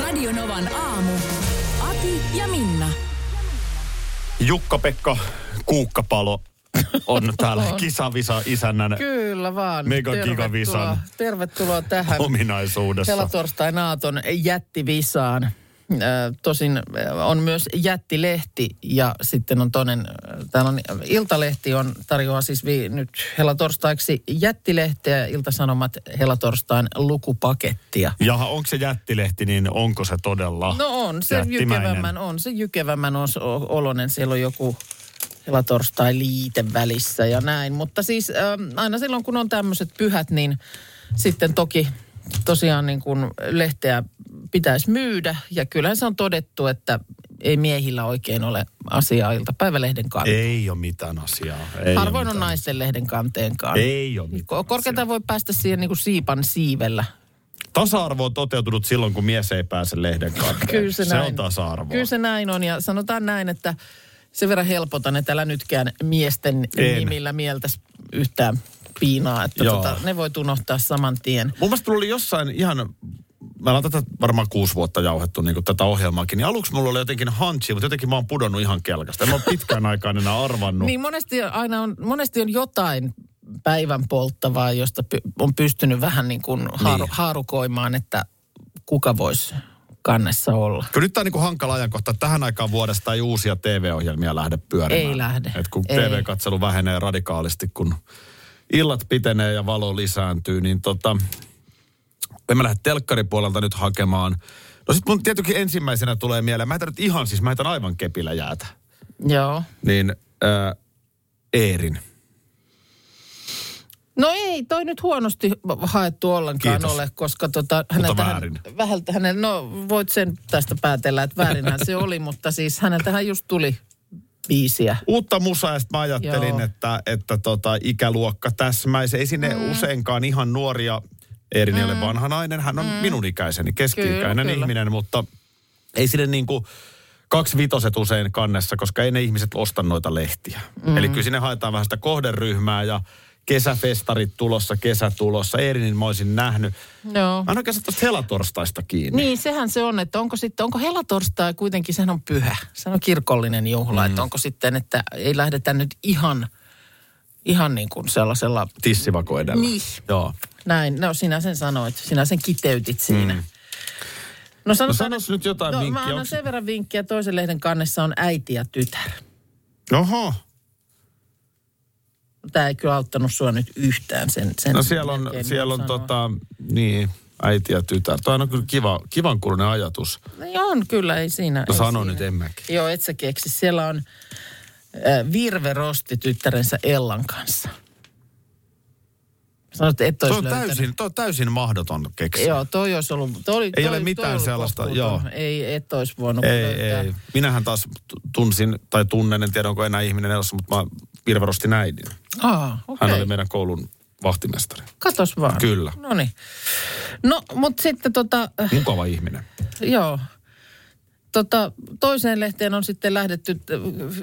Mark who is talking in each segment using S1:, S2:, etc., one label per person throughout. S1: Radionovan aamu. Ati ja Minna.
S2: Jukka-Pekka Kuukkapalo on täällä kisavisa isännän
S3: Kyllä vaan.
S2: Mega
S3: Tervetuloa-
S2: gigavisan.
S3: Tervetuloa tähän
S2: ominaisuudessa.
S3: Helatorstai-naaton jättivisaan. Ö, Tosin ö, on myös jättilehti ja sitten on toinen, ö, täällä on Iltalehti on, tarjoaa siis vi, nyt helatorstaiksi jättilehteä ja Iltasanomat helatorstain lukupakettia.
S2: Jaha, onko se jättilehti, niin onko se todella
S3: No on, se
S2: jättimäinen?
S3: jykevämmän on, se jykevämmän on olonen. Siellä on joku helatorstai liite välissä ja näin. Mutta siis ähm, aina silloin, kun on tämmöiset pyhät, niin sitten toki tosiaan niin kun lehteä pitäisi myydä. Ja kyllähän se on todettu, että ei miehillä oikein ole asiaa iltapäivälehden kanteen.
S2: Ei ole mitään asiaa. Ei oo
S3: Harvoin on
S2: mitään.
S3: naisten lehden kanteenkaan.
S2: Ei ole mitään
S3: Ko- Korkeintaan voi päästä siihen niin kuin siipan siivellä.
S2: asiaa. Tasa-arvo on toteutunut silloin, kun mies ei pääse lehden kanteen.
S3: Kyllä se, näin.
S2: on tasa-arvoa.
S3: Kyllä se näin on ja sanotaan näin, että sen verran helpotan, että älä nytkään miesten
S2: En.
S3: en. nimillä mieltäs yhtään piinaa. Että
S2: Joo.
S3: tota, ne voi unohtaa saman tien.
S2: Mun mielestä mulla oli jossain ihan, mä olen tätä varmaan kuusi vuotta jauhettu niin kuin tätä ohjelmaakin, niin aluksi mulla oli jotenkin hanchi, mutta jotenkin mä oon pudonnut ihan kelkasta. En mä oon pitkään aikaan enää arvannut.
S3: Niin monesti on- aina on, monesti on jotain päivän polttavaa, josta py, on pystynyt vähän niin kuin haaru,
S2: Niin.
S3: niin. haarukoimaan, että kuka voisi kannessa olla.
S2: Kyllä nyt tämä on niin hankala ajankohta. että Tähän aikaan vuodesta ei uusia TV-ohjelmia lähde pyörimään.
S3: Ei lähde.
S2: Et kun
S3: Ei.
S2: TV-katselu vähenee radikaalisti, kun illat pitenee ja valo lisääntyy, niin tota, en mä lähde telkkaripuolelta nyt hakemaan. No sit mun tietenkin ensimmäisenä tulee mieleen, mä heitän nyt ihan siis, mä heitän aivan kepillä jäätä.
S3: Joo.
S2: Niin ää, Eerin.
S3: No ei, toi nyt huonosti haettu ollenkaan
S2: Kiitos.
S3: ole, koska tota, häneltä,
S2: väärin.
S3: vähältä hänen, no voit sen tästä päätellä, että väärinhän se oli, mutta siis häneltähän just tuli biisiä.
S2: Uutta musaa ja sit mä ajattelin,
S3: Joo.
S2: että, että tota, ikäluokka täsmäisi. Ei sinne mm. useinkaan ihan nuoria. Eerin ei ole vanha nainen, hän on mm. minun ikäiseni, keski-ikäinen
S3: Kyllä, kyllä.
S2: ihminen, mutta ei sinne niin kuin kaksi vitoset usein kannessa, koska ei ne ihmiset osta noita lehtiä. Mm. Eli kyllä sinne haetaan vähän sitä kohderyhmää ja kesäfestarit tulossa, kesätulossa. Eerinin mä olisin nähnyt.
S3: No.
S2: Mä en oikeastaan tuosta helatorstaista kiinni.
S3: Niin, sehän se on, että onko sitten, onko helatorstai kuitenkin, sehän on pyhä, sehän on kirkollinen juhla, mm. että onko sitten, että ei lähdetä nyt ihan, ihan niin kuin sellaisella,
S2: Tissivako edellä.
S3: Niin.
S2: Joo.
S3: näin, no sinä sen sanoit, sinä sen kiteytit siinä. Mm. No,
S2: No
S3: sanotaan,
S2: sanois nyt jotain
S3: no, mä
S2: vinkkiä.
S3: annan
S2: Onks-
S3: sen verran vinkkiä, toisen lehden kannessa on äiti ja tytär.
S2: Oho.
S3: Tämä ei kyllä auttanut sua nyt yhtään sen. sen
S2: No siellä on,
S3: jälkeen,
S2: siellä on
S3: niin sanoa.
S2: tota, niin, äiti ja tytär. Toi on kyllä kiva, kivan kuulunen ajatus.
S3: No joo, on kyllä, ei siinä.
S2: No
S3: ei
S2: sano
S3: siinä.
S2: nyt emmäkin.
S3: Joo, et sä keksi. Siellä on äh, Virve Rosti tyttärensä Ellan kanssa. Sanoit, että et
S2: Toi
S3: olisi
S2: on,
S3: löytänyt.
S2: täysin, toi on täysin mahdoton keksiä.
S3: Joo, toi olisi ollut... Toi, oli-
S2: Ei
S3: toi,
S2: ole
S3: toi
S2: mitään
S3: oli
S2: sellaista,
S3: kohtuuton.
S2: joo.
S3: Ei, et olisi voinut
S2: Ei,
S3: löytää.
S2: ei. Minähän taas t- tunsin tai tunnen, en tiedä onko enää ihminen elossa, mutta mä Virverostin äidin.
S3: Ah,
S2: Hän
S3: okei.
S2: oli meidän koulun vahtimestari.
S3: Katos vaan.
S2: Kyllä.
S3: No niin. No, mutta sitten tota... äh,
S2: Mukava ihminen.
S3: Joo. Tota, toiseen lehteen on sitten lähdetty,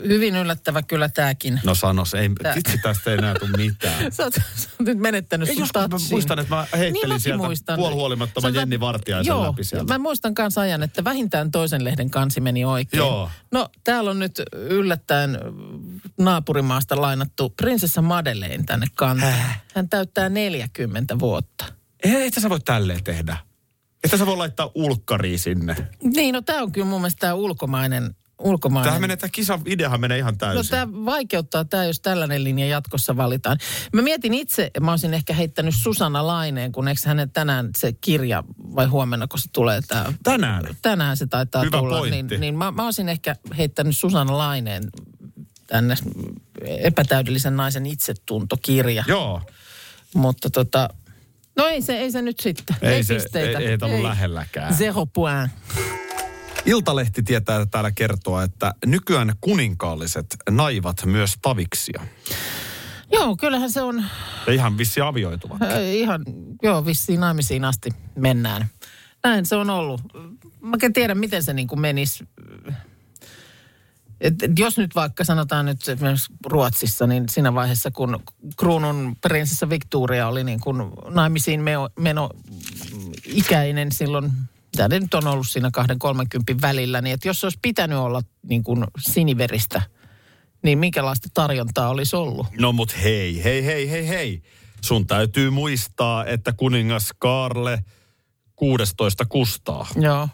S3: hyvin yllättävä kyllä tämäkin.
S2: No sanos, ei,
S3: Tää-
S2: vitsi tästä ei enää tule mitään.
S3: Sä oot, sä oot nyt menettänyt
S2: Ei,
S3: sun
S2: joskus mä
S3: tatsin.
S2: muistan, että mä heittelin
S3: mäkin
S2: sieltä puolihuolimattoman
S3: Sanotaan-
S2: Jenni Vartiaisen
S3: joo,
S2: läpi sieltä.
S3: Mä muistan kanssa ajan, että vähintään toisen lehden kansi meni oikein.
S2: Joo.
S3: No, täällä on nyt yllättäen äh, naapurimaasta lainattu prinsessa Madeleine tänne kanteen. Hän täyttää 40 vuotta.
S2: Ei, että sä voi tälleen tehdä. Että sä voi laittaa ulkkari sinne.
S3: Niin, no tää on kyllä mun mielestä tää ulkomainen, ulkomainen
S2: Tämähän menee, tämä kisan ideahan menee ihan täysin.
S3: No tämä vaikeuttaa tämä, jos tällainen linja jatkossa valitaan. Mä mietin itse, mä olisin ehkä heittänyt Susanna Laineen, kun eikö hänen tänään se kirja, vai huomenna, kun se tulee tämä...
S2: Tänään.
S3: Tänään se taitaa
S2: Hyvä
S3: tulla.
S2: pointti.
S3: Niin, niin mä, mä olisin ehkä heittänyt Susanna Laineen tänne epätäydellisen naisen itsetuntokirja.
S2: Joo.
S3: Mutta tota, No ei se, ei se nyt sitten. Ei,
S2: Ei se-
S3: pisteitä.
S2: ei- ei tämä ollut lähelläkään.
S3: Zero point.
S2: Iltalehti tietää täällä kertoa, että nykyään kuninkaalliset naivat myös taviksia.
S3: Joo, kyllähän se on
S2: Ja ihan vissi avioituvat.
S3: äh, ihan, joo, vissiin naimisiin asti mennään. Näin se on ollut. Mä en tiedä, miten se niin kuin menisi. Et, et jos nyt vaikka sanotaan nyt esimerkiksi Ruotsissa, niin siinä vaiheessa, kun kruunun prinsessa Victoria oli niin kuin naimisiin meo, meno ikäinen silloin, tämä nyt on ollut siinä kahden 30 välillä, niin että jos se olisi pitänyt olla niin kuin siniveristä, niin minkälaista tarjontaa olisi ollut?
S2: No mut hei, hei, hei, hei, hei. Sun täytyy muistaa, että kuningas Kaarle 16 kustaa.
S3: Joo.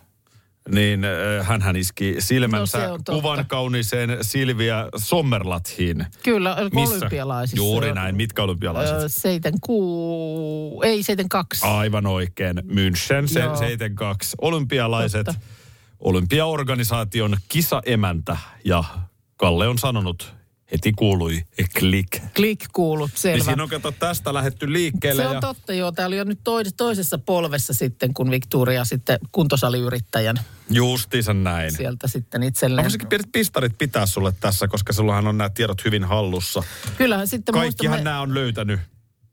S2: Niin hän hän iski silmänsä
S3: No se
S2: no,
S3: on totta.
S2: kuvan kauniseen Silvia Sommerlathiin.
S3: Kyllä, olympialaisissa.
S2: Juuri näin, mitkä olympialaiset?
S3: Öö, Seiten kuu, ei seiten kaksi.
S2: Aivan oikein. München, se,
S3: Joo.
S2: 72. Olympialaiset,
S3: Totta.
S2: olympiaorganisaation kisaemäntä. Ja Kalle on sanonut, heti kuului klik.
S3: Klik kuulut,
S2: Niin
S3: selvä.
S2: siinä on kato tästä lähetty liikkeelle.
S3: se on
S2: ja
S3: totta, joo. Täällä oli jo nyt toi- toisessa polvessa sitten, kun Victoria sitten kuntosaliyrittäjän
S2: Niin. Justiinsa näin.
S3: sieltä sitten itselleen.
S2: Mä sekin pienet pistarit pitää sulle tässä, koska sullahan on nämä tiedot hyvin hallussa.
S3: Kyllähän sitten
S2: Kaikkihan
S3: muistamme,
S2: nämä on löytänyt.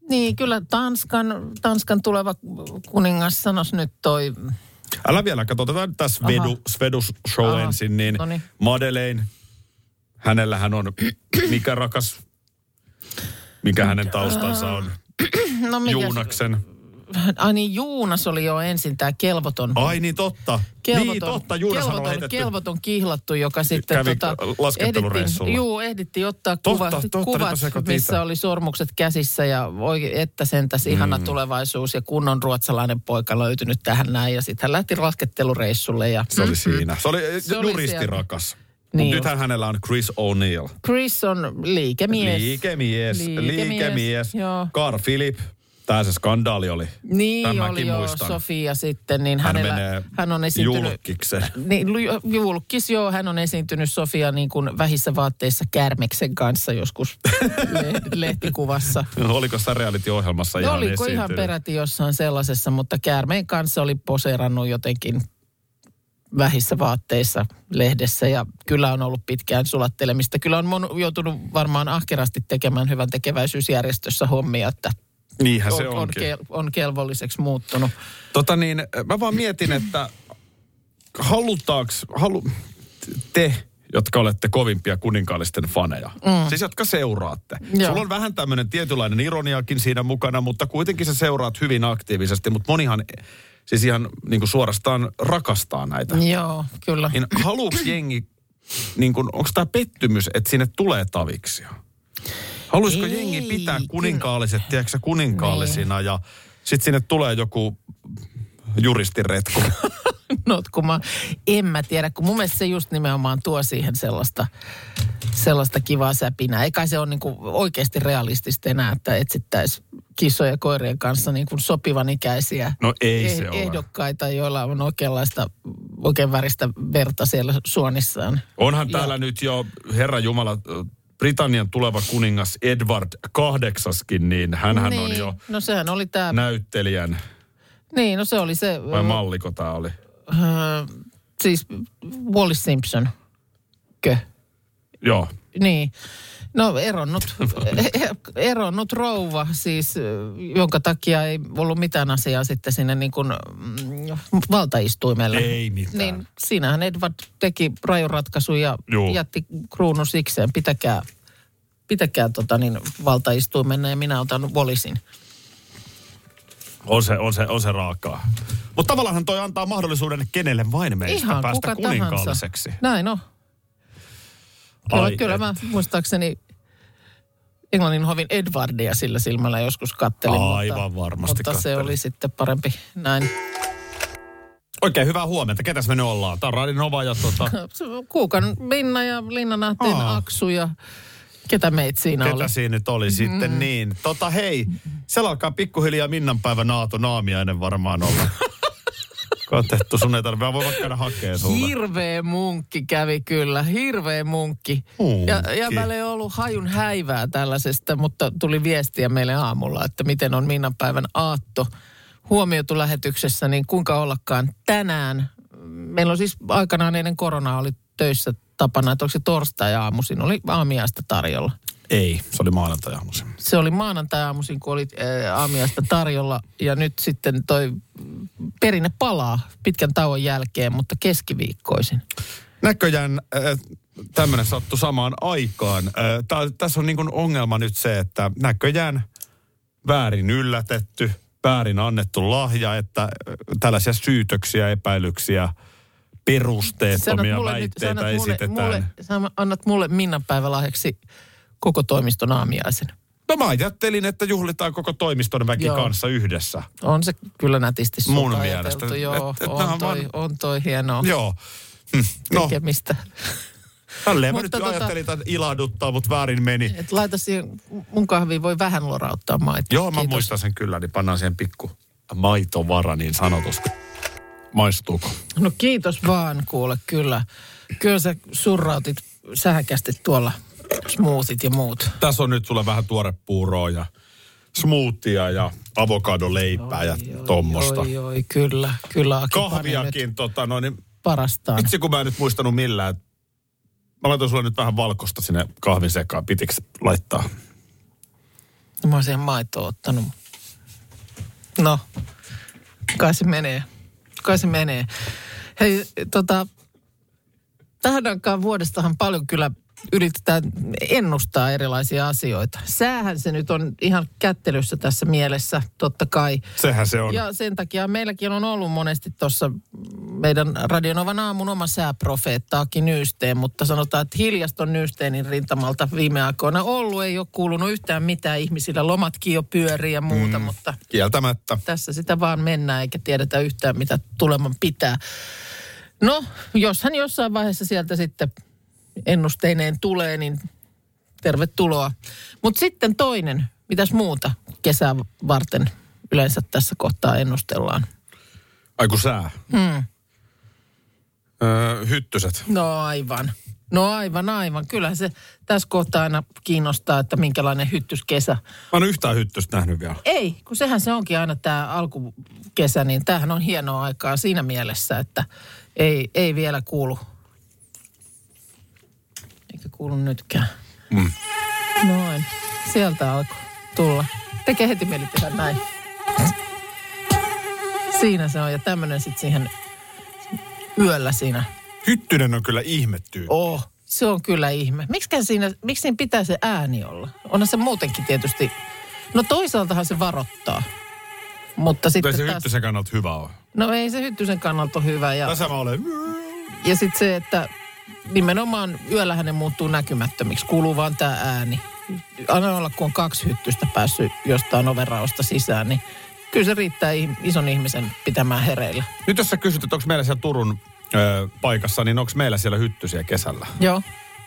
S3: niin kyllä Tanskan, Tanskan tuleva kuningas sanos nyt toi,
S2: Älä vielä, katso, otetaan nyt tämä Svedu,
S3: Aha.
S2: Svedus show
S3: Aha,
S2: ensin, niin
S3: no niin.
S2: Madeleine, hänellähän on, mikä rakas, mikä hänen taustansa on,
S3: no mikä,
S2: Juunaksen.
S3: ai niin Juunas oli jo ensin tämä kelvoton.
S2: Ai niin totta, niin totta, Juunashan on
S3: kelvoton,
S2: heitetty.
S3: kelvoton kihlattu, joka sitten
S2: Kävi
S3: tota,
S2: laskettelureissulla.
S3: ehdittiin, juu, ehdittiin ottaa
S2: Totta,
S3: kuvat,
S2: totta, nyt
S3: kuvat
S2: mä sekoitin itse.
S3: missä oli sormukset käsissä ja oi, että sentäs ihana
S2: Mm.
S3: tulevaisuus ja kunnon ruotsalainen poika löytynyt tähän näin. Ja sitten hän lähti laskettelureissulle ja Mm.
S2: Se oli siinä. Se oli
S3: Se oli
S2: juristirakas. Niin
S3: Niin
S2: nythän hänellä on Chris O'Neill.
S3: Chris on liikemies.
S2: Liikemies, liikemies,
S3: Liikemies,
S2: liikemies.
S3: joo.
S2: Carl Philip. Tämä se skandaali oli.
S3: Niin
S2: Tämänkin
S3: oli jo
S2: muistan.
S3: Sofia sitten, niin
S2: Hän
S3: hänellä,
S2: menee
S3: hän on esiintynyt
S2: julkikseen.
S3: Niin, lu- julkis, joo, hän on esiintynyt Sofia niin kuin vähissä vaatteissa Kärmeksen kanssa joskus le- lehtikuvassa.
S2: Oliko sä reality-ohjelmassa
S3: No
S2: ihan
S3: Oliko ihan
S2: esiintynyt?
S3: peräti jossain sellaisessa, mutta Käärmeen kanssa oli poseerannut jotenkin vähissä vaatteissa lehdessä ja kyllä on ollut pitkään sulattelemista. Kyllä on mon, joutunut varmaan ahkerasti tekemään hyvän tekeväisyysjärjestössä hommia, että
S2: Niinhän
S3: on,
S2: se
S3: on,
S2: onkin.
S3: kel, on kelvolliseksi muuttunut.
S2: Tota niin, mä vaan mietin, että halutaaks, halu, te, jotka olette kovimpia kuninkaallisten faneja, mm. siis jotka seuraatte. Joo.
S3: Joo.
S2: Sulla on vähän tämmöinen tietynlainen ironiakin siinä mukana, mutta kuitenkin sä seuraat hyvin aktiivisesti, mutta monihan siis ihan niin kuin suorastaan rakastaa näitä.
S3: Joo, kyllä.
S2: Niin haluuks jengi, niin kuin, onko tämä pettymys, että sinne tulee taviksia? Haluaisiko
S3: Ei,
S2: jengi pitää
S3: kyllä.
S2: kuninkaalliset, tiedätkö sä, kuninkaallisina ja sitten sinne tulee joku juristiretku.
S3: notkumaan. En mä tiedä, kun mun mielestä se just nimenomaan tuo siihen sellaista, sellaista kivaa säpinää. Eikä se ole niin kuin oikeasti realistista enää, että etsittäisiin kissojen ja koirien kanssa niin kuin sopivan ikäisiä
S2: No ei
S3: eh-
S2: se ole.
S3: ehdokkaita, joilla on oikeanlaista, oikein väristä verta siellä suonissaan.
S2: Onhan täällä nyt jo, herra Jumala, Britannian tuleva kuningas Edward kahdeksaskin, niin hänhän
S3: niin.
S2: on jo
S3: No sehän oli tämä,
S2: näyttelijän,
S3: niin no se oli se,
S2: vai malliko tämä oli?
S3: äh, siis Wallis Simpson, kö?
S2: Joo.
S3: Niin. No eronnut, er- eronnut rouva siis, ö, jonka takia ei ollut mitään asiaa sitten sinne niin kuin mm, valtaistuimelle.
S2: Ei mitään.
S3: Niin siinähän Edward teki rajuratkaisun ja
S2: Juu.
S3: Juu. jätti kruunun sikseen. Pitäkää, pitäkää tota niin, valtaistuimenne ja minä otan volisin.
S2: On se, on se, on se raakaa. Mutta tavallaan toi antaa mahdollisuuden kenelle vain meistä
S3: Ihan
S2: päästä
S3: kuka tahansa.
S2: kuninkaalliseksi.
S3: Näin on. Kyllä,
S2: Ai
S3: kyllä
S2: et.
S3: mä muistaakseni Englannin hovin Edwardia sillä silmällä joskus kattelin.
S2: Aivan
S3: mutta,
S2: varmasti
S3: Mutta se
S2: kattelin.
S3: oli sitten parempi näin.
S2: Oikein hyvää huomenta. Ketäs me nyt ollaan? Tämä on Radio Nova ja tota,
S3: No, Kuukan Minna ja Linnanahteen
S2: Aa.
S3: Aksu ja ketä meitä siinä oli.
S2: ketä siinä nyt oli
S3: Mm.
S2: sitten niin. Tota hei, siellä alkaa pikkuhiljaa Minnan päivä naato naamiainen varmaan olla. Katettu, sun ei tarvitse. Mä voin vaikka käydä hakemaan sulle.
S3: Hirveä munkki kävi kyllä, hirveä munkki.
S2: Munkki.
S3: Ja, ja meillä ei ollut hajun häivää tällaisesta, mutta tuli viestiä meille aamulla, että miten on Minnan päivän aatto huomioitu lähetyksessä, niin kuinka ollakaan tänään. Meillä on siis aikanaan ennen koronaa oli töissä tapana, että onko se torstai-aamu, siinä oli aamiaista tarjolla.
S2: Ei, se oli maanantajaamuisin.
S3: Se oli maanantai-aamuisin, kun oli äh, aamiaista tarjolla ja nyt sitten toi perinne palaa pitkän tauon jälkeen, mutta keskiviikkoisin.
S2: Näköjään äh, tämmöinen sattui samaan aikaan. Äh, tää- Tässä on niin kuin ongelma nyt se, että näköjään väärin yllätetty, väärin annettu lahja, että äh, tällaisia syytöksiä, epäilyksiä, perusteettomia väitteitä
S3: sanot Siis mulle,
S2: esitetään.
S3: mulle, sä annat mulle Minnan päivälahjaksi koko toimiston aamiaisen.
S2: No mä ajattelin, että juhlitaan koko toimiston väki
S3: Joo.
S2: kanssa yhdessä.
S3: On se kyllä nätisti sulta
S2: Mun
S3: ajateltu,
S2: mielestä.
S3: Joo,
S2: Et- et nää
S3: on,
S2: on
S3: toi,
S2: vaan-
S3: on toi hienoa
S2: Joo. Hm, No,
S3: tekemistä.
S2: tälleen mä nyt
S3: Mutta tota-
S2: ajattelin, että ilahduttaa, mutta väärin meni.
S3: Et laita siihen, mun kahviin voi vähän lorauttaa maitoa.
S2: Joo, mä
S3: Kiitos.
S2: muistan sen kyllä, niin pannaan siihen pikku maitovara niin sanotusti. Maistuuko?
S3: No kiitos vaan kuule, kyllä. Kyllä sä surrautit sähäkästi tuolla smoothit ja muut.
S2: Tässä on nyt sulle vähän tuore puuroa ja smoothia ja avokadoleipää ja tommosta.
S3: Oi, oi, kyllä, kyllä. Aki pani nyt
S2: Kahviakin, tota noin, niin
S3: Parastaan.
S2: itse kun mä en nyt muistanut millään. että Mä laitoin sulle nyt vähän valkosta sinne kahvin sekaan, pitikö laittaa?
S3: No Mä oon siihen maitoa ottanut. No, kai se menee. Kai se menee. Hei, tota, tähän aikaan vuodestahan paljon kyllä yritetään ennustaa erilaisia asioita. Säähän se nyt on ihan kättelyssä tässä mielessä, totta kai.
S2: Sehän se on.
S3: Ja sen takia meilläkin on ollut monesti tuossa meidän Radionovan aamun oma sääprofeettaakin nyysteen, mutta sanotaan, että hiljaston nyysteenin rintamalta viime aikoina ollut. Ei ole kuulunut yhtään mitään ihmisillä. Lomatkin jo pyörii ja muuta, mm. mutta
S2: Kieltämättä.
S3: tässä sitä vaan mennään eikä tiedetä yhtään, mitä tuleman pitää. No, jos hän jossain vaiheessa sieltä sitten ennusteineen tulee, niin tervetuloa. Mutta sitten toinen, mitäs muuta kesää varten yleensä tässä kohtaa ennustellaan?
S2: Ai kun sää. Hmm. Öö, hyttyset.
S3: No aivan. No aivan, aivan. Kyllähän se tässä kohtaa aina kiinnostaa, että minkälainen hyttyskesä
S2: Mä en ole yhtään hyttystä nähnyt vielä.
S3: Ei, kun sehän se onkin aina tämä alkukesä, niin tämähän on hienoa aikaa siinä mielessä, että ei, ei vielä kuulu. Eikä kuulu nytkään. Mm. Noin, sieltä alkoi tulla. Tekee heti mieli tehdä näin. Siinä se on ja tämmöinen sitten siihen yöllä siinä.
S2: Hyttynen on kyllä ihmettyy.
S3: Oh, se on kyllä ihme. Miksikään siinä, miksi siinä pitää se ääni olla? Onhan se muutenkin tietysti, no toisaaltahan se varottaa. Mutta
S2: Ei
S3: sitten
S2: se
S3: taas,
S2: hyttysen kannalta hyvä on.
S3: no ei se hyttysen kannalta ole hyvä. Ja,
S2: Tässä mä olen.
S3: ja sitten se, että nimenomaan yöllähän ne muuttuu näkymättömiksi. Kuuluu vaan tämä ääni. Aina olla, kun on kaksi hyttystä päässyt jostain overraosta sisään, niin kyllä se riittää ih- ison ihmisen pitämään hereillä.
S2: Nyt jos sä kysyt, että onko meillä siellä Turun ö, paikassa, niin onko meillä siellä hyttysiä kesällä?
S3: Joo.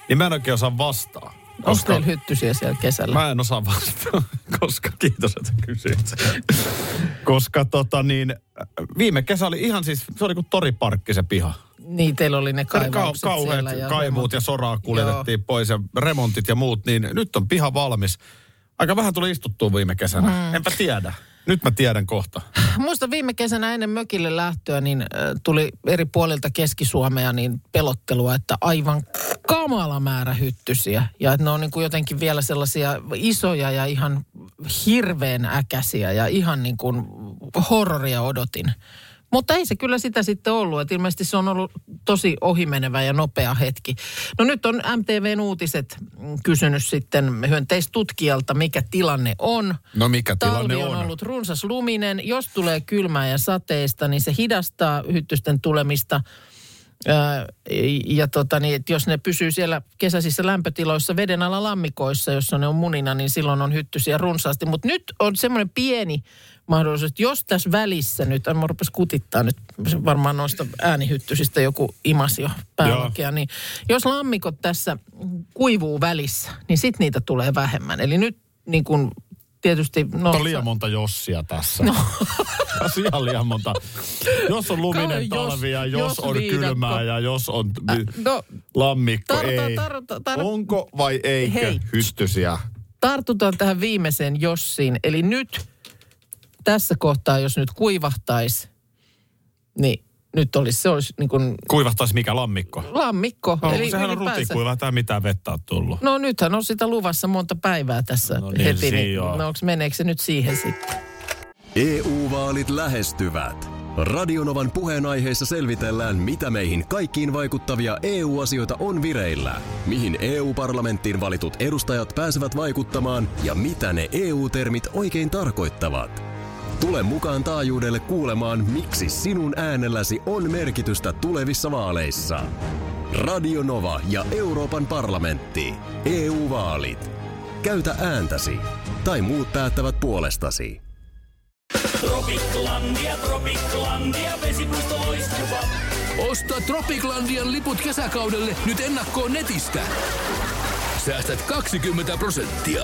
S2: Niin mä en oikein osaa vastaa.
S3: Onko teillä hyttysiä siellä kesällä?
S2: Mä en osaa vastata, koska kiitos, että kysyit. koska tota niin, viime kesä oli ihan siis, se oli kuin toriparkki se piha.
S3: Niin, teillä oli ne
S2: Kau-
S3: kaivaukset
S2: kauheat
S3: siellä. ja
S2: kaivuut ja soraa kuljetettiin Joo. pois ja remontit ja muut, niin nyt on piha valmis. Aika vähän tuli istuttua viime kesänä. Mm. Enpä tiedä. Nyt mä tiedän kohta.
S3: Muista viime kesänä ennen mökille lähtöä, niin äh, tuli eri puolilta Keski-Suomea niin pelottelua, että aivan kamala määrä hyttysiä. Ja että ne on niin kuin jotenkin vielä sellaisia isoja ja ihan hirveän äkäisiä ja ihan niin kuin horroria odotin. Mutta ei se kyllä sitä sitten ollut, että ilmeisesti se on ollut tosi ohimenevä ja nopea hetki. No nyt on MTVn uutiset mm, kysynyt sitten hyönteistutkija,lta mikä tilanne on.
S2: No mikä
S3: Talvi on ollut runsas luminen. Jos tulee kylmää ja sateista, niin se hidastaa hyttysten tulemista. Öö, ja tota, niin, että jos ne pysyy siellä kesäisissä lämpötiloissa veden alla lammikoissa, jossa ne on munina, niin silloin on hyttysiä runsaasti. Mutta nyt on semmoinen pieni mahdollisuus, että jos tässä välissä nyt, mä rupes kutittaa nyt varmaan noista äänihyttysistä joku imas jo päälakea, niin jos lammikot tässä kuivuu välissä, niin sitten niitä tulee vähemmän. Eli nyt niin kun tietysti... No,
S2: on liian monta jossia tässä. No. tässä on ihan liian monta. Jos on luminen
S3: Kauan jos-
S2: talvi ja jos,
S3: jos
S2: on
S3: viidakko.
S2: kylmää ja jos on äh,
S3: no,
S2: lammikko,
S3: tarvitaan-
S2: ei.
S3: tarvitaan- tar-
S2: Onko vai eikö
S3: Hei.
S2: hystysiä?
S3: tartutaan tähän viimeiseen jossiin. Eli nyt tässä kohtaa, jos nyt kuivahtaisi, niin nyt olisi, se olisi niin kuin
S2: Kuivahtaisi mikä lammikko?
S3: lammikko.
S2: No,
S3: eli
S2: sehän on
S3: ylipäänsä-
S2: rutikuiva, tämä mitään vettä on tullut.
S3: No nythän on sitä luvassa monta päivää tässä
S2: No niin,
S3: heti, niin
S2: siinä on.
S3: no, onks, meneekö se nyt siihen sitten?
S4: EU-vaalit E lähestyvät. Radionovan puheenaiheessa selvitellään, mitä meihin kaikkiin vaikuttavia EU-asioita on vireillä, mihin EU-parlamenttiin valitut edustajat pääsevät vaikuttamaan ja mitä ne EU-termit oikein tarkoittavat. Tule mukaan taajuudelle kuulemaan, miksi sinun äänelläsi on merkitystä tulevissa vaaleissa. Radio Nova ja Euroopan parlamentti. EU-vaalit. Käytä ääntäsi. Tai muut päättävät puolestasi.
S5: Tropiklandia, Tropiklandia, vesipuisto loistuva.
S6: Osta Tropiklandian liput kesäkaudelle nyt ennakkoon netistä. Säästät 20 prosenttia.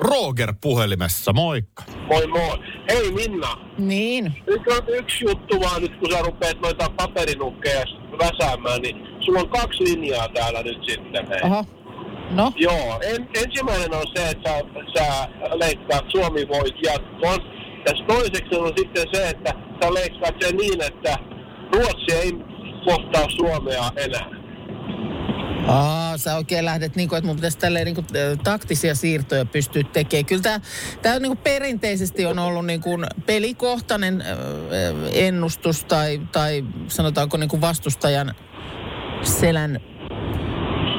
S2: Roger puhelimessa, moikka.
S7: Moi moi. Hei Minna,
S3: Niin.
S7: nyt on yksi juttu vaan nyt kun sä rupeat noita paperinukkeja väsäämään, niin sulla on kaksi linjaa täällä nyt sitten. hei.
S3: Aha. No,
S7: Joo, en, ensimmäinen on se, että sä, sä leikkaat Suomi voit jatkoon. Ja toiseksi on sitten se, että sä leikkaat sen niin, että Ruotsi ei kohtaa Suomea enää.
S3: Aa, sä oikein lähdet, niin kuin, että mun pitäisi tälleen niin kuin, taktisia siirtoja pystyä tekemään. Kyllä tämä, tämä niin kuin perinteisesti on ollut niin kuin pelikohtainen ö, ö, ennustus tai, tai sanotaanko niin kuin vastustajan selän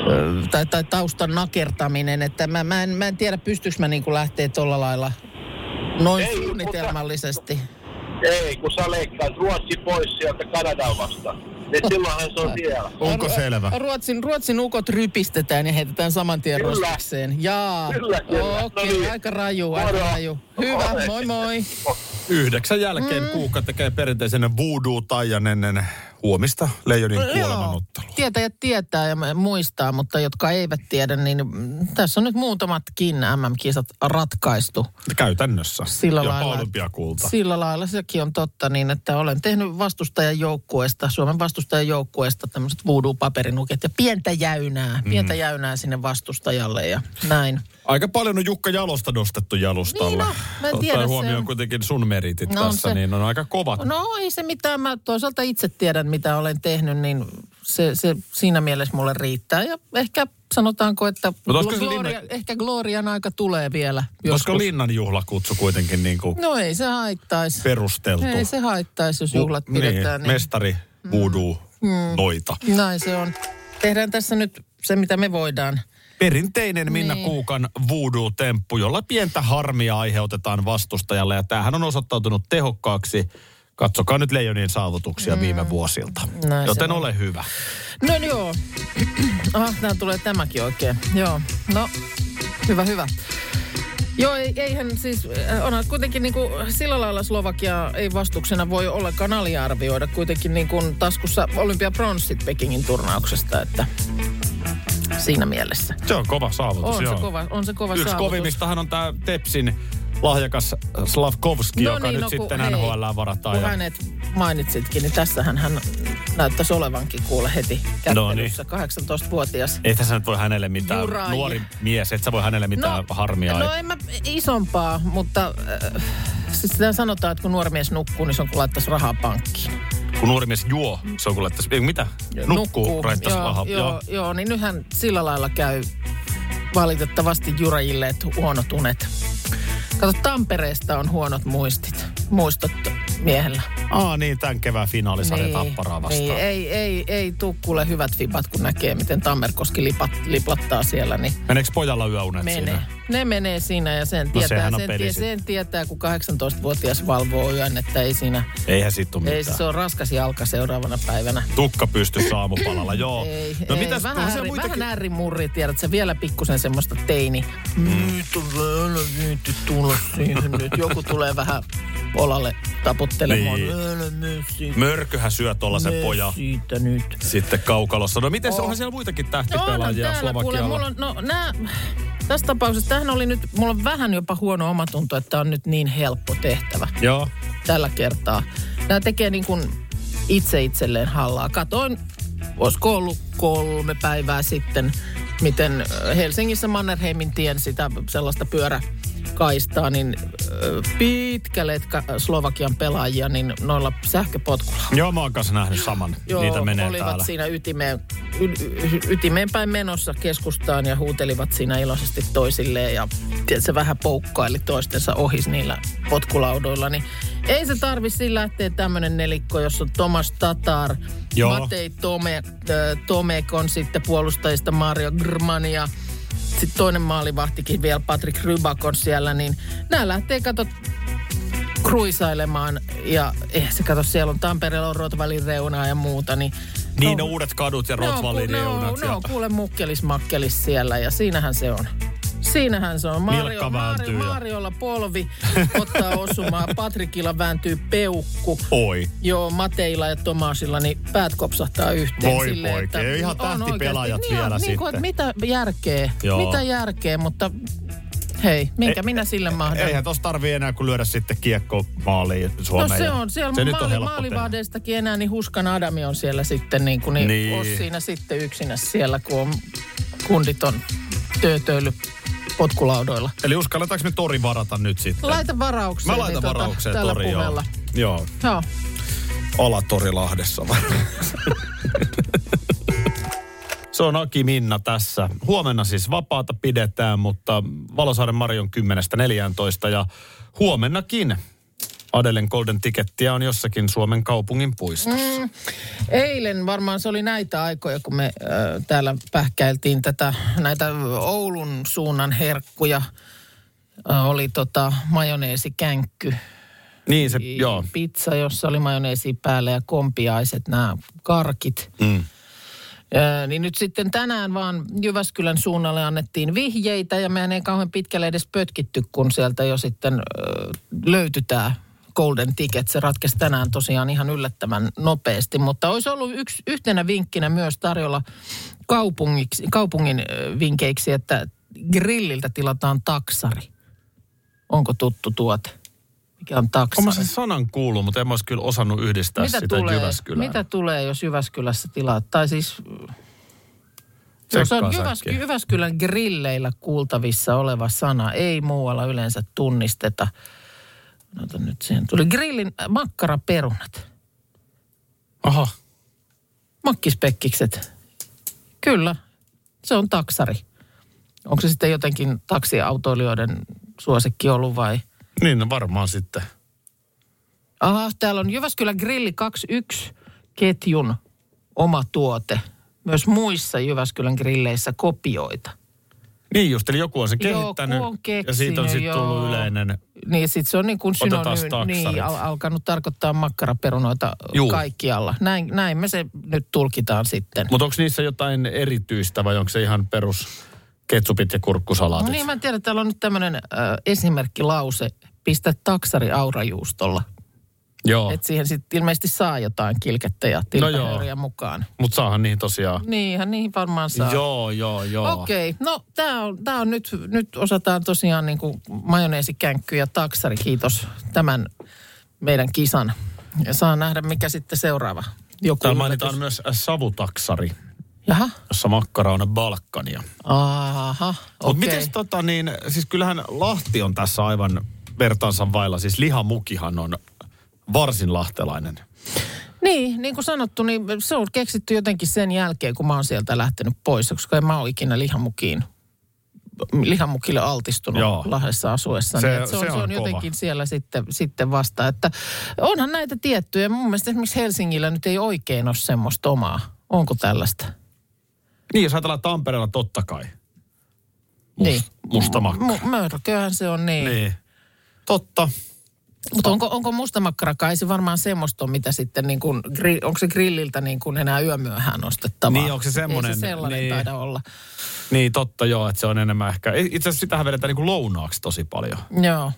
S3: ö, tai, tai taustan nakertaminen. Että mä, mä, en, mä en tiedä, pystyykö mä niin kuin lähteä tuolla lailla noin
S7: Ei,
S3: suunnitelmallisesti.
S7: Ei, kun sä leikkaat Ruotsi pois sieltä Kanadan vasta. Niin silloinhan se on siellä.
S2: Onko
S3: Ru-
S2: selvä?
S3: Ruotsin, Ruotsin ukot rypistetään ja heitetään saman tien
S7: Kyllä.
S3: roskikseen. Jaa.
S7: Kyllä, kyllä. No
S3: Okei,
S7: niin.
S3: aika raju, aika
S7: Moro.
S3: raju. Hyvä,
S7: Moi.
S3: moi moi.
S2: Yhdeksän jälkeen mm. kuukka tekee perinteisen voodoo-taian ennen huomista leijonin
S3: No
S2: kuolemanottelu.
S3: Tietäjät tietää ja muistaa, mutta jotka eivät tiedä, niin mm, tässä on nyt muutamatkin MM-kisat ratkaistu.
S2: Käytännössä.
S3: Sillä
S2: Jopa
S3: lailla,
S2: olympiakulta.
S3: Sillä lailla sekin on totta niin, että olen tehnyt vastustajan joukkueesta, Suomen vastustajan joukkueesta tämmöiset voodoo-paperinuket ja pientä jäynää,
S7: Mm.
S3: pientä jäynää sinne vastustajalle ja näin.
S2: Aika paljon on Jukka Jalosta nostettu jalustalla.
S3: Niin no, mä en tiedä,
S2: Ottaen
S3: se
S2: huomioon
S3: on-
S2: kuitenkin sun meritit
S3: No on
S2: tässä,
S3: se-
S2: niin on aika kovat.
S3: No ei se mitään. Mä toisaalta itse tiedän, mitä olen tehnyt, niin se, se siinä mielessä mulle riittää. Ja ehkä sanotaanko, että
S2: Mutta olisiko No se
S3: gloria,
S2: linna-
S3: ehkä Glorian aika tulee vielä
S2: Koska
S3: joskus.
S2: linnan juhlakutsu kuitenkin niin kuin
S3: No ei se haittaisi.
S2: perusteltu.
S3: Ei se haittaisi, jos
S2: Vu-
S3: juhlat pidetään.
S2: Niin, mestari voodoo mm. noita.
S3: Näin se on. Tehdään tässä nyt se, mitä me voidaan.
S2: Perinteinen Minna
S3: Niin.
S2: Kuukan voodoo-temppu, jolla pientä harmia aiheutetaan vastustajalle. Ja tämähän on osoittautunut tehokkaaksi. Katsokaa nyt Leijonien saavutuksia mm. viime vuosilta.
S3: Näin se
S2: Joten
S3: on.
S2: ole hyvä.
S3: No niin, joo. Aha, tää tulee tämäkin oikein. Joo, no hyvä, hyvä. Joo, ei- eihän siis, äh, onhan kuitenkin niin kuin, sillä lailla Slovakia ei vastuksena voi ollenkaan aliarvioida. Kuitenkin niin kuin taskussa olympiapronssit Pekingin turnauksesta, että siinä mielessä.
S2: Se on kova saavutus,
S3: On se
S2: joo.
S3: kova, on se kova
S2: Yksi
S3: saavutus.
S2: kovimmistahan on tämä Tepsin lahjakas Slavkovski, no joka niin, nyt no, sitten
S3: hei,
S2: NHL varataan.
S3: Kun
S2: Ja...
S3: hänet mainitsitkin, niin tässähän hän näyttäisi olevankin kuule heti
S2: No niin.
S3: kättelyssä, 18-vuotias.
S2: Ei tässä nyt voi hänelle mitään,
S3: Juraj.
S2: nuori mies, et sä voi hänelle mitään harmia.
S3: No en mä isompaa, mutta äh, siis sitä sanotaan, että kun nuori mies nukkuu, niin se on kuin laittaisi rahaa pankkiin.
S2: Kun nuori mies juo, se on kun laittaisi, ei mitä, nukkuu, laittaisi
S3: joo,
S2: rahaa.
S3: Joo, joo, niin nythän sillä lailla käy valitettavasti jurajille, että huonot unet. Kato, Tampereesta on huonot muistit, muistot miehellä.
S2: Aa niin, tämän kevään finaalisarja niin, tapparaa
S3: niin,
S2: vastaan.
S3: niin, ei, ei, ei tuu kuule hyvät vipat, kun näkee, miten Tammerkoski lipat, liplattaa siellä, niin
S2: Meneekö pojalla yöunet
S3: menee.
S2: siinä? No
S3: Ne menee siinä ja sen tietää,
S2: sehän on
S3: sen,
S2: peli
S3: tie,
S2: sitten.
S3: sen tietää, kun 18-vuotias valvoo yön, että ei siinä,
S2: Eihän siitä ole
S3: ei
S2: mitään.
S3: se on raskas jalka seuraavana päivänä.
S2: Tukka pystyssä aamupalalla, joo.
S3: Ei,
S2: no
S3: ei,
S2: mitäs,
S3: vähän,
S2: onhan siellä
S3: ääri,
S2: muitakin-
S3: vähän äärimurri, tiedät sä, vielä pikkusen semmoista teini. Nyt on vielä nyt tulla siihen nyt. Joku tulee vähän olalle taputtelemaan.
S2: Niin.
S3: Älä myy siitä,
S2: Mörköhän syö tuollaisen
S3: myy
S2: poja
S3: siitä nyt.
S2: sitten kaukalossa. No miten se onhan siellä muitakin
S3: Joo,
S2: tähtipelaajia
S3: Oh. onhan täällä kuule, mulla
S2: Slovakialla?
S3: on, no nää, tässä tapauksessa, tähän oli nyt, mulla on vähän jopa huono omatunto, että tää on nyt niin helppo tehtävä
S2: Joo.
S3: tällä kertaa. Nämä tekee niin kuin itse itselleen hallaa. Katoin, olisiko ollut kolme päivää sitten, miten ö, Helsingissä Mannerheimin tien sitä sellaista pyöräkaistaa, niin ö, pitkä letka Slovakian pelaajia, niin noilla sähköpotkulla
S2: Joo, mä oon kanssa nähnyt saman.
S3: Joo,
S2: Niitä menee
S3: olivat
S2: täällä.
S3: siinä ytimeen, y, y, ytimeen päin menossa keskustaan ja huutelivat siinä iloisesti toisilleen ja tiedätkö, vähän poukkaili toistensa ohi niillä potkulaudoilla. Niin ei se tarvi sillä lähteä tämmöinen nelikko, jos on Tomas Tatar,
S2: Joo.
S3: Joo. Matei Tome, ö, Tomekon sitten puolustajista Mario Grmania, sitten toinen maalivahtikin vielä Patrick Rybak on siellä, niin nämä lähtee, kato, kruisailemaan ja eihän se kato, siellä on Tampereella on Rotvalin reunaa ja muuta, niin
S2: Niin ne uudet kadut ja
S3: ne on ku-
S2: Rotvallin
S3: ne on-
S2: reunat.
S3: Ne
S2: ja-
S3: on kuule mukkelis makkelis siellä ja siinähän se on. Siinähän se on.
S2: Nilkka
S3: Mario,
S2: vääntyy
S3: Mario,
S2: ja-
S3: Mariolla polvi ottaa osumaa, Patrikilla vääntyy peukku.
S2: Oi.
S3: Joo, Mateilla ja Tomasilla, niin päät kopsahtaa yhteen.
S2: Voi poikki, ei ihan
S3: on oikeasti-
S2: tähtipelaajat
S3: niin on,
S2: vielä
S3: niin kuin, että
S2: sitten.
S3: mitä järkeä,
S2: Joo. E-
S3: mitä järkeä, mutta hei, minkä
S2: Ei-
S3: minä sille mahdan?
S2: Eihän tossa tarvii enää kuin lyödä sitten kiekko maaliin Suomeen.
S3: No se
S2: ja-
S3: on, siellä
S2: se
S3: se
S2: nyt on
S3: maali,
S2: helppo tehdä.
S3: maalivahdeistakin enää, niin Huskan Adami on siellä sitten, niin, kuin, niin,
S2: Niin.
S3: niin. on siinä sitten yksinä siellä, kun on, kundit on töötöily potkulaudoilla.
S2: Eli uskalletaanko me tori varata nyt sitten?
S3: Laita varaukseen.
S2: Mä laitan
S3: tota,
S2: varaukseen
S3: tällä
S2: tori, joo.
S3: puheella.
S2: Joo,
S3: Joo.
S2: Alatori Lahdessa vai? Se on Aki Minna tässä. Huomenna siis vapaata pidetään, mutta Valosaaren Marion 10.14 ja huomennakin Adelen Golden Tickettiä on jossakin Suomen kaupungin puistossa. Mm.
S3: Eilen varmaan se oli näitä aikoja, kun me äh, täällä pähkäiltiin tätä, näitä Oulun suunnan herkkuja. Äh, oli tota majoneesikänkky.
S2: Niin se, joo.
S3: pizza, jossa oli majoneesi päällä ja kompiaiset nämä karkit. Mm. Öö, niin nyt sitten tänään vaan Jyväskylän suunnalle annettiin vihjeitä ja mehän ei kauhean pitkälle edes pötkitty, kun sieltä jo sitten öö, löytyi tämä Golden Ticket. Se ratkesi tänään tosiaan ihan yllättävän nopeasti, mutta olisi ollut yksi, yhtenä vinkkinä myös tarjolla kaupungiksi, kaupungin öö, vinkeiksi, että grilliltä tilataan taksari. Onko tuttu tuote? Mikä on taksari?
S2: Olen mä sen sanan kuullut, mutta en mä olisi kyllä osannut yhdistää sitä Jyväskylään.
S3: Mitä tulee, jos Jyväskylässä tilaat? Tai siis, jos on
S2: Tsekkaa
S3: Jyväs,
S2: säkkiä.
S3: Jyväskylän grilleillä kuultavissa oleva sana, ei muualla yleensä tunnisteta. No otan nyt siihen tuli grillin äh, makkaraperunat,
S2: Aha,
S3: makkispekkikset. Kyllä, se on taksari. Onko se sitten jotenkin taksiautoilijoiden suosikki ollut vai?
S2: niin no varmaan sitten.
S3: Aha, täällä on Jyväskylän grilli 21 ketjun oma tuote. Myös muissa Jyväskylän grilleissä kopioita.
S2: Niin just, eli joku on sen
S3: Joku
S2: kehittänyt
S3: on
S2: ja siitä on
S3: keksinyt,
S2: sitten tullut
S3: joo.
S2: yleinen
S3: Niin, sit se on niin kuin
S2: Otetaan
S3: synonyymi,
S2: taksarit.
S3: niin, al- alkanut tarkoittaa makkaraperunoita
S2: Juu.
S3: Juu. kaikkialla. Näin, näin me se nyt tulkitaan sitten.
S2: Mutta onko niissä jotain erityistä vai onko se ihan perus ketsupit ja kurkkusalaatit?
S3: No niin, mä en tiedä, täällä on nyt tämmöinen äh, esimerkkilause, pistä taksari aurajuustolla.
S2: Joo,
S3: Oh.
S2: Et...
S3: Että siihen sitten ilmeisesti saa jotain kilkettä ja
S2: No joo.
S3: tilkahöyriä mukaan.
S2: mutta saahan niihin tosiaan.
S3: Niinhän niihin varmaan saa.
S2: Joo, joo, joo.
S3: Okei, okay. no tämä on, tää on nyt, nyt osataan tosiaan niin kuin majoneesikänkky ja taksari, kiitos tämän meidän kisan. Ja saa nähdä, mikä sitten seuraava. Joku
S2: Täällä
S3: yllätys.
S2: mainitaan myös äh, savutaksari,
S3: Jaha,
S2: jossa makkara on balkania. Okay.
S3: aha,
S2: Mutta
S3: okei.
S2: miten tota niin, siis kyllähän Lahti on tässä aivan vertaansa vailla. Siis lihamukihan on varsin lahtelainen.
S3: Niin, niin kuin sanottu, niin se on keksitty jotenkin sen jälkeen, kun mä oon sieltä lähtenyt pois, koska en mä ole ikinä lihamukiin lihamukille altistunut
S8: Joo.
S3: Joo. Lahdessa asuessa. Niin,
S8: Se-
S3: että se, on,
S8: se
S3: se, on,
S8: on kova.
S3: jotenkin siellä sitten, sitten vasta. Että onhan näitä tiettyjä. Mun mielestä esimerkiksi Helsingillä nyt ei oikein ole semmoista omaa. Onko tällaista?
S8: Niin, jos ajatellaan Tampereella totta kai. Must,
S3: Niin.
S8: Musta makkara.
S3: M- mörköhän se on niin.
S8: Niin. Totta.
S3: Mutta onko, onko mustamakkarakaan? Ei se varmaan semmoista ole, mitä sitten, niin kun, gri- onko se grilliltä niin kun enää yömyöhään ostettavaa?
S8: Niin, onko se semmoinen?
S3: Ei se sellainen
S8: Niin.
S3: niin. taida olla.
S8: Niin, totta joo, että se on enemmän ehkä. Ei, Itse asiassa sitähän vedetään niin kuin lounaaksi tosi paljon.
S3: Joo.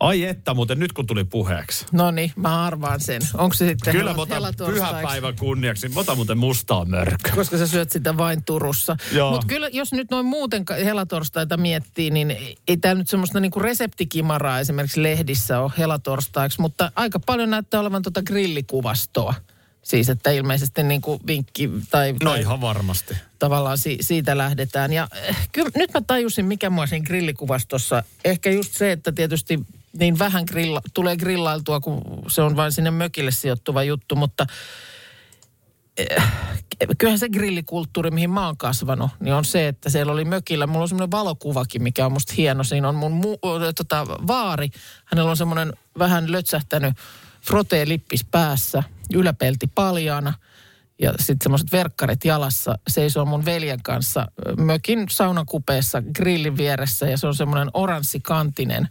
S8: Ai että, muuten nyt kun tuli puheeksi.
S3: No niin, mä arvaan sen. Onko se sitten
S8: Kyllä
S3: hel-
S8: mä otan
S3: helatorstaiksi?
S8: pyhäpäivän kunniaksi. Mä otan muuten mustaa mörköä.
S3: Koska sä syöt sitä vain Turussa.
S8: Joo.
S3: Mutta kyllä, jos nyt noin muuten ka- helatorstaita miettii, niin ei- ei tämä nyt semmoista niinku reseptikimaraa esimerkiksi lehdissä ole helatorstaiksi, mutta aika paljon näyttää olevan tuota grillikuvastoa. Siis, että ilmeisesti niinku vinkki tai,
S8: No
S3: tai
S8: ihan varmasti.
S3: tavallaan si- siitä lähdetään. Ja eh, kyllä, nyt mä tajusin, mikä mua siinä grillikuvastossa. Ehkä just se, että tietysti niin vähän grilla, tulee grillailtua, kun se on vain sinne mökille sijoittuva juttu, mutta eh, kyllähän se grillikulttuuri, mihin mä oon kasvanut, niin on se, että siellä oli mökillä, mulla on semmoinen valokuvakin, mikä on musta hieno. Siinä on mun mu- ö, tota, vaari, hänellä on semmoinen vähän lötsähtänyt frotee-lippis päässä, yläpelti paljaana ja sitten semmoiset verkkarit jalassa seisoo mun veljen kanssa ö, mökin saunakupeessa grillin vieressä ja se on semmoinen oranssikantinen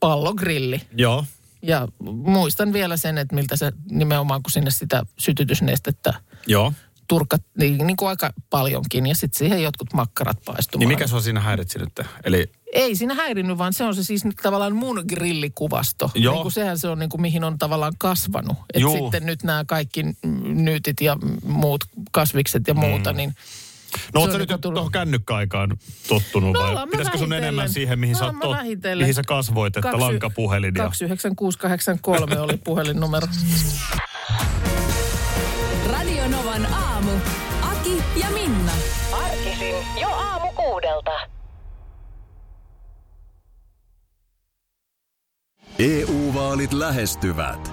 S3: pallogrilli.
S8: Joo.
S3: Ja muistan vielä sen, että miltä se nimenomaan, kun sinne sitä sytytysnestettä
S8: Joo.
S3: turkat, niin, niin kuin aika paljonkin, ja sitten siihen jotkut makkarat paistumaan.
S8: Niin mikä se on siinä häiritsi nyt? Eli
S3: Ei siinä häirinnyt, vaan se on se siis nyt tavallaan mun grillikuvasto.
S8: Joo.
S3: Niin kuin sehän se on, niin kuin mihin on tavallaan kasvanut. Et
S8: Juu.
S3: sitten nyt nämä kaikki mm, nyytit ja mm, muut kasvikset ja muuta, mm. niin
S8: No
S3: Se
S8: oot sä nyt
S3: on niinku
S8: jo
S3: tullut-
S8: tuohon kännykkäaikaan tottunut
S3: No
S8: vai
S3: ollaan me
S8: pitäisikö sun
S3: vähitellen.
S8: enemmän siihen, mihin sä,
S3: Ollaan
S8: oot
S3: me
S8: tot-
S3: vähitellen.
S8: mihin sä kasvoit, että
S3: Kaksi-
S8: lankapuhelin ja
S3: 29883 oli puhelinnumero.
S1: Radio Novan aamu. Aki ja Minna.
S9: Arkisin jo aamu kuudelta.
S4: EU-vaalit E lähestyvät.